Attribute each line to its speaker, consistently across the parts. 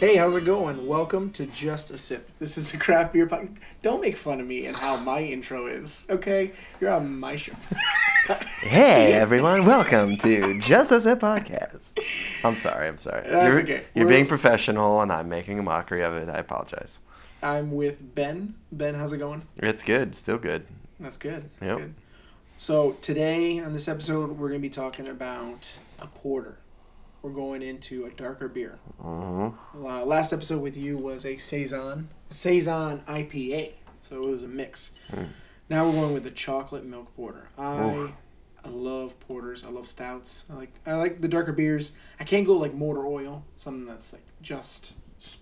Speaker 1: Hey, how's it going? Welcome to Just a Sip. This is a craft beer podcast. Don't make fun of me and how my intro is, okay? You're on my show.
Speaker 2: Hey everyone, welcome to Just As It Podcast. I'm sorry, I'm sorry.
Speaker 1: That's
Speaker 2: you're
Speaker 1: okay.
Speaker 2: you're
Speaker 1: We're-
Speaker 2: being professional and I'm making a mockery of it. I apologize.
Speaker 1: I'm with Ben. Ben, how's it going?
Speaker 2: It's good, still good.
Speaker 1: That's good. That's
Speaker 2: Yep.
Speaker 1: good. So today on this episode, we're going to be talking about a porter. We're going into a darker beer.
Speaker 2: hmm
Speaker 1: Uh, last episode with you was a saison, saison IPA. So it was a mix. Now we're going with the chocolate milk porter. I,
Speaker 2: Oof.
Speaker 1: I love porters. I love stouts. I like I like the darker beers. I can't go like mortar oil, something that's like just s-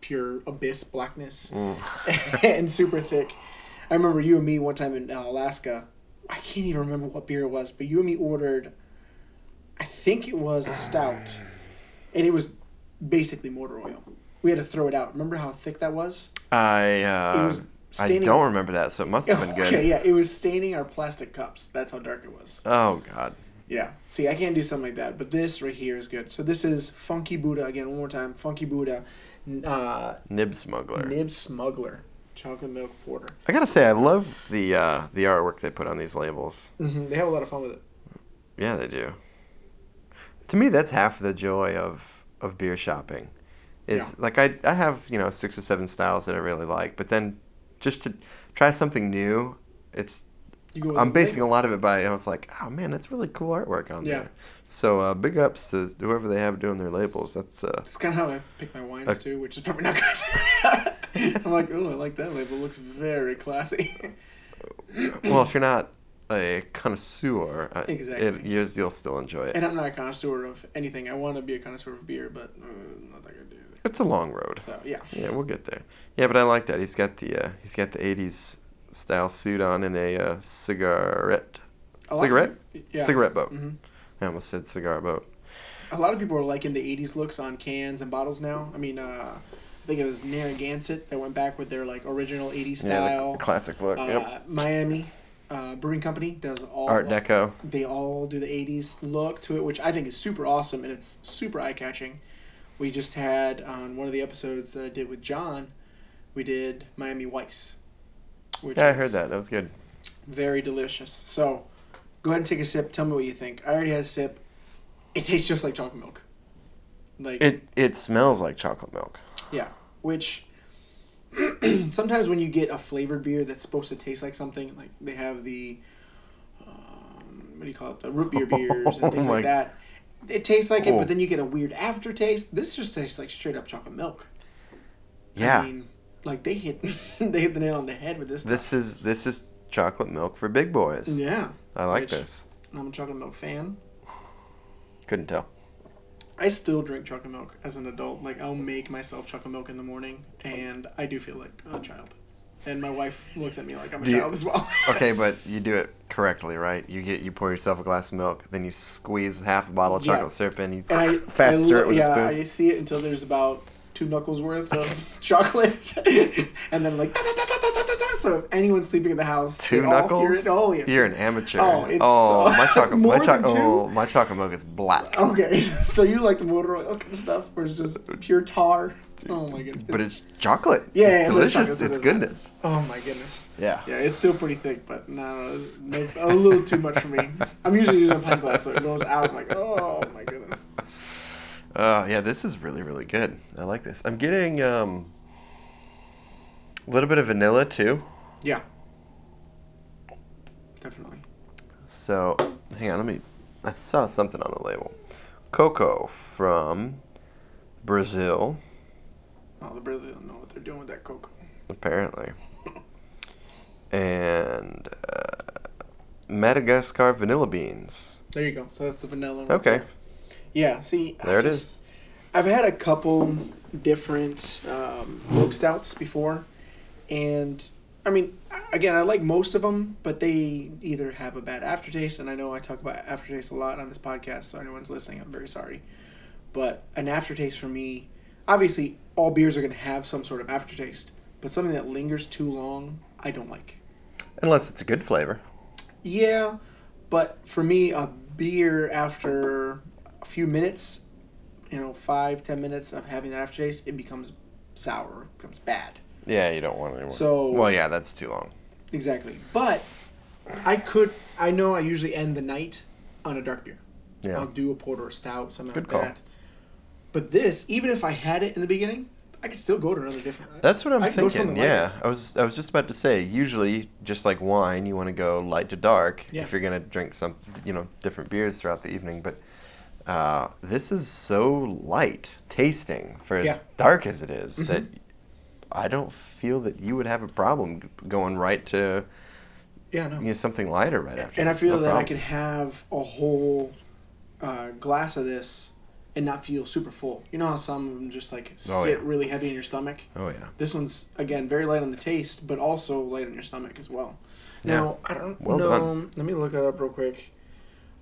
Speaker 1: pure abyss blackness
Speaker 2: Hmm.
Speaker 1: and super thick. I remember you and me one time in uh, Alaska. I can't even remember what beer it was, but you and me ordered. I think it was a stout, and it was basically mortar oil. We had to throw it out. Remember how thick that was?
Speaker 2: I
Speaker 1: It
Speaker 2: uh,
Speaker 1: was
Speaker 2: I
Speaker 1: staining-
Speaker 2: don't remember that, so it must have been good.
Speaker 1: Okay, yeah, it was staining our plastic cups. That's how dark it was.
Speaker 2: Oh god.
Speaker 1: Yeah. See, I can't do something like that, but this right here is good. So this is Funky Buddha again. One more time, Funky Buddha, n- uh,
Speaker 2: Nib smuggler.
Speaker 1: Nib Smuggler, chocolate milk porter.
Speaker 2: I gotta say I love the uh, the artwork they put on these labels.
Speaker 1: hmm They have a lot of fun with it.
Speaker 2: Yeah, they do. To me, that's half the joy of of beer shopping. Is
Speaker 1: Yeah.
Speaker 2: like I I have you know six or seven styles that I really like, but then just to try something new, it's
Speaker 1: You go. with
Speaker 2: I'm
Speaker 1: the
Speaker 2: basing a lot of it by and I was like, oh man, that's really cool artwork on
Speaker 1: Yeah.
Speaker 2: there. So uh, big ups to whoever they have doing their labels. That's uh,
Speaker 1: That's kind of how I pick my wines
Speaker 2: Okay.
Speaker 1: too, which is probably not good. I'm like, oh, I like that label. Looks very classy.
Speaker 2: well, if you're not a connoisseur, uh, it,
Speaker 1: Exactly.
Speaker 2: you'll, you'll still enjoy it.
Speaker 1: and I'm not a connoisseur of anything. I want to be a connoisseur of beer, but uh, not that good. Either.
Speaker 2: It's a long road.
Speaker 1: So yeah,
Speaker 2: Yeah, we'll get there. Yeah, but I like that. He's got the uh, he's got the '80s style suit on and a uh, cigarette
Speaker 1: A lot-
Speaker 2: cigarette
Speaker 1: yeah.
Speaker 2: cigarette boat.
Speaker 1: Mhm.
Speaker 2: I almost said cigar boat.
Speaker 1: A lot of people are liking the 80s looks on cans and bottles now. I mean, uh, I think it was Narragansett that went back with their like original 80s
Speaker 2: Yeah,
Speaker 1: style.
Speaker 2: the, the classic look.
Speaker 1: uh,
Speaker 2: yep.
Speaker 1: Miami uh, Brewing Company does all
Speaker 2: Art Deco.
Speaker 1: They all do the 80s look to it, which I think is super awesome and it's super eye catching. We just had on one of the episodes that I did with John, we did Miami Weiss. Which
Speaker 2: Yeah, I
Speaker 1: is
Speaker 2: heard that. That was good.
Speaker 1: Very delicious. So go ahead and take a sip. Tell me what you think. I already had a sip. It tastes just like chocolate milk. Like
Speaker 2: It it smells like chocolate milk.
Speaker 1: yeah, which sometimes when you get a flavored beer that's supposed to taste like something, like they have the um, what do you call it, the root beer beers and things
Speaker 2: Oh my-
Speaker 1: like that. It tastes like it,
Speaker 2: Oh.
Speaker 1: but then you get a weird aftertaste. This just tastes like straight up chocolate milk.
Speaker 2: Yeah,
Speaker 1: I mean, like they hit they hit the nail on the head with this.
Speaker 2: this is this is chocolate milk for big boys.
Speaker 1: stuff. yeah,
Speaker 2: I like
Speaker 1: Which-
Speaker 2: this.
Speaker 1: I'm a chocolate milk fan.
Speaker 2: Couldn't tell.
Speaker 1: I still drink chocolate milk as an adult. Like I'll make myself chocolate milk in the morning, and I do feel like a child. And my wife looks at me like I'm a
Speaker 2: Do you-
Speaker 1: child as well.
Speaker 2: Okay, but you do it correctly, right? You get you pour yourself a glass of milk, then you squeeze half a bottle of
Speaker 1: Yeah.
Speaker 2: chocolate syrup in, you
Speaker 1: And I
Speaker 2: fast
Speaker 1: I
Speaker 2: stir
Speaker 1: lo-
Speaker 2: it with
Speaker 1: yeah,
Speaker 2: a spoon.
Speaker 1: I see it until there's about two knuckles worth of chocolate, and then like da, da, da, da, da, da, da, da. so if anyone's sleeping in the house,
Speaker 2: Two
Speaker 1: they all hear
Speaker 2: knuckles?
Speaker 1: it. Oh yeah.
Speaker 2: You're an amateur.
Speaker 1: Oh, it's so-
Speaker 2: Oh, my chocolate,
Speaker 1: More
Speaker 2: my
Speaker 1: than
Speaker 2: chocolate,
Speaker 1: two? Oh.
Speaker 2: oh, my chocolate milk is black,
Speaker 1: Okay, so you like the motor oil kind of stuff, where it's just pure tar. Oh my goodness.
Speaker 2: but it's chocolate.
Speaker 1: Yeah,
Speaker 2: it's
Speaker 1: yeah, but it's
Speaker 2: delicious.
Speaker 1: chocolate,
Speaker 2: it's
Speaker 1: so it doesn't matter.
Speaker 2: goodness.
Speaker 1: oh my goodness.
Speaker 2: Yeah.
Speaker 1: Yeah, it's still pretty thick, but no, that's a little too much for me. I'm usually using a pint glass, so it goes out. I'm like, oh my goodness.
Speaker 2: Uh, yeah, this is really, really good. I like this. I'm getting um, a little bit of vanilla too.
Speaker 1: Yeah, definitely.
Speaker 2: So, hang on, let me. I saw something on the label. Cocoa from Brazil,
Speaker 1: Oh, the Brazil don't know what they're doing with that cocoa.
Speaker 2: apparently, and uh, Madagascar vanilla beans.
Speaker 1: There you go. So that's the vanilla. right
Speaker 2: Okay.
Speaker 1: there. Yeah. See.
Speaker 2: There
Speaker 1: I
Speaker 2: it
Speaker 1: just-
Speaker 2: is.
Speaker 1: I've had a couple different um, milk stouts before, and I mean, a- again, I like most of them, but they either have a bad aftertaste, and I know I talk about aftertaste a lot on this podcast, so anyone's listening, I'm very sorry. But an aftertaste for me, obviously, all beers are going to have some sort of aftertaste, but something that lingers too long, I don't like.
Speaker 2: Unless it's a good flavor.
Speaker 1: Yeah, but for me, a beer after a few minutes you know five ten minutes of having that aftertaste, it becomes sour, it becomes bad.
Speaker 2: Yeah, you don't want it anymore.
Speaker 1: So-
Speaker 2: well, yeah, that's too long.
Speaker 1: Exactly. But I could. I know I usually end the night on a dark beer.
Speaker 2: Yeah,
Speaker 1: I'll do a porter or stout, something
Speaker 2: Good
Speaker 1: like
Speaker 2: call.
Speaker 1: that. But this, even if I had it in the beginning, I could still go to another different. uh,
Speaker 2: that's what I'm
Speaker 1: I can go
Speaker 2: thinking.
Speaker 1: something lighter.
Speaker 2: Yeah, I was I was just about to say. Usually, just like wine, you want to go light to dark
Speaker 1: Yeah.
Speaker 2: if you're gonna drink some, you know, different beers throughout the evening. But uh, this is so light tasting for as
Speaker 1: Yeah. Mm-hmm.
Speaker 2: dark as it is, that I don't feel that you would have a problem g- going right to
Speaker 1: yeah, no.
Speaker 2: you know, something lighter right after.
Speaker 1: and I
Speaker 2: this,
Speaker 1: feel
Speaker 2: no
Speaker 1: that I
Speaker 2: problem.
Speaker 1: could have a whole uh, glass of this and not feel super full. You know how some of them just like sit
Speaker 2: Oh, yeah.
Speaker 1: really heavy in your stomach.
Speaker 2: Oh yeah.
Speaker 1: This one's again very light on the taste, but also light on your stomach as well.
Speaker 2: Yeah.
Speaker 1: Now I don't
Speaker 2: Well
Speaker 1: know.
Speaker 2: done.
Speaker 1: Let me look it up real quick.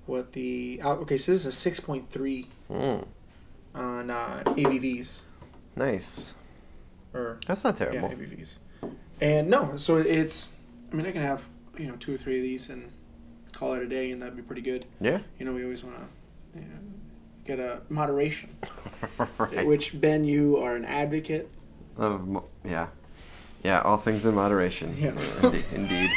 Speaker 1: What the oh, okay? So this is a six point three
Speaker 2: Mm,
Speaker 1: on uh, ABVs
Speaker 2: nice.
Speaker 1: or
Speaker 2: That's not
Speaker 1: yeah
Speaker 2: terrible.
Speaker 1: ABVs, and no, so it's. I mean, I can have you know two or three of these and call it a day, and that'd be pretty good.
Speaker 2: Yeah.
Speaker 1: You know, we always want to you know, get a moderation.
Speaker 2: right.
Speaker 1: Which Ben, you are an advocate.
Speaker 2: Of mo- yeah, yeah. All things in moderation.
Speaker 1: Yeah.
Speaker 2: Indeed. indeed.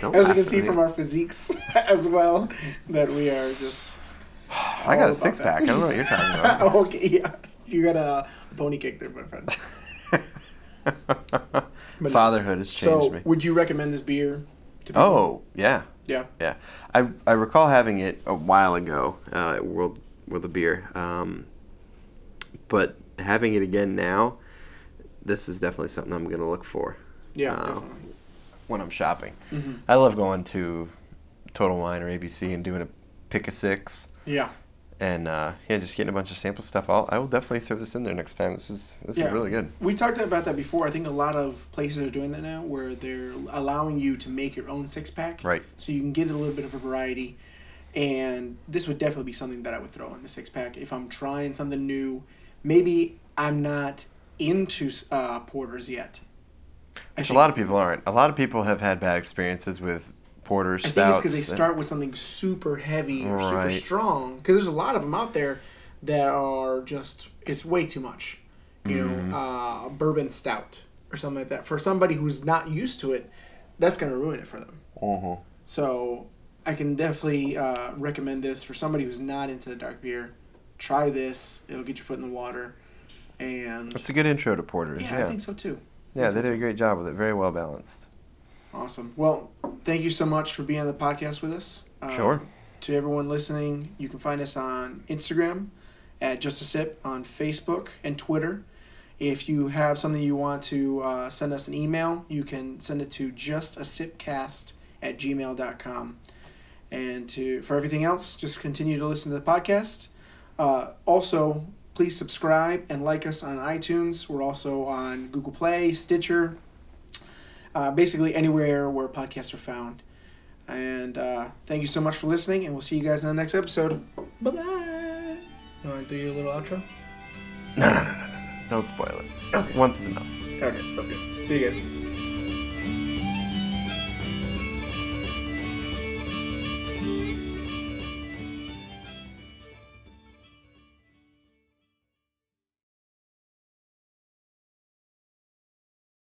Speaker 2: Don't
Speaker 1: As you
Speaker 2: laugh
Speaker 1: can
Speaker 2: at
Speaker 1: see
Speaker 2: me.
Speaker 1: from our physiques as well, that we are just.
Speaker 2: I got a six pack. I don't know what you're talking about.
Speaker 1: okay, yeah. You got a pony kick there, my friend. But-
Speaker 2: Fatherhood has changed
Speaker 1: Oh. so,
Speaker 2: me.
Speaker 1: would you recommend this beer to people?
Speaker 2: Oh yeah,
Speaker 1: Yeah.
Speaker 2: yeah. I I recall having it a while ago uh, at World World of Beer, um, but having it again now, this is definitely something I'm gonna look for.
Speaker 1: Yeah,
Speaker 2: Oh.
Speaker 1: definitely.
Speaker 2: when I'm shopping.
Speaker 1: Mhm.
Speaker 2: I love going to Total Wine or ABC and doing a pick a six
Speaker 1: Yeah.
Speaker 2: and uh, yeah, just getting a bunch of sample stuff. I'll, I will definitely throw this in there next time. This is this
Speaker 1: Yeah.
Speaker 2: is really good.
Speaker 1: We talked about that before. I think a lot of places are doing that now where they're allowing you to make your own six pack.
Speaker 2: Right.
Speaker 1: So you can get a little bit of a variety. And this would definitely be something that I would throw in the six pack if I'm trying something new. Maybe I'm not into uh, porters yet. I
Speaker 2: Which a
Speaker 1: think-
Speaker 2: lot of people aren't. A lot of people have had bad experiences with porters,
Speaker 1: I think
Speaker 2: stouts.
Speaker 1: it's because they
Speaker 2: and-
Speaker 1: start with something super heavy or super
Speaker 2: Right.
Speaker 1: strong. Because there's a lot of them out there that are just it's way too much. You
Speaker 2: Mm-hmm.
Speaker 1: know, uh, bourbon stout or something like that. For somebody who's not used to it, that's gonna ruin it for them.
Speaker 2: Mhm.
Speaker 1: So I can definitely uh, recommend this for somebody who's not into the dark beer. Try this; it'll get your foot in the water. And
Speaker 2: That's a good intro to porters.
Speaker 1: yeah,
Speaker 2: Yeah, yeah.
Speaker 1: I think so too.
Speaker 2: they did a great job with it. Very well balanced.
Speaker 1: Awesome. Well, thank you so much for being on the podcast with us. Um,
Speaker 2: Sure.
Speaker 1: To everyone listening, you can find us on Instagram at Just a Sip, on Facebook and Twitter. If you have something you want to uh, send us an email, you can send it to justasipcast at gmail.com. And to for everything else, just continue to listen to the podcast. Uh, also, please subscribe and like us on iTunes. We're also on Google Play, Stitcher, uh, basically anywhere where podcasts are found. And uh, thank you so much for listening, and we'll see you guys in the next episode. Bye bye. You want to do your little outro?
Speaker 2: Don't spoil it. Once is enough.
Speaker 1: Okay, okay. See you guys.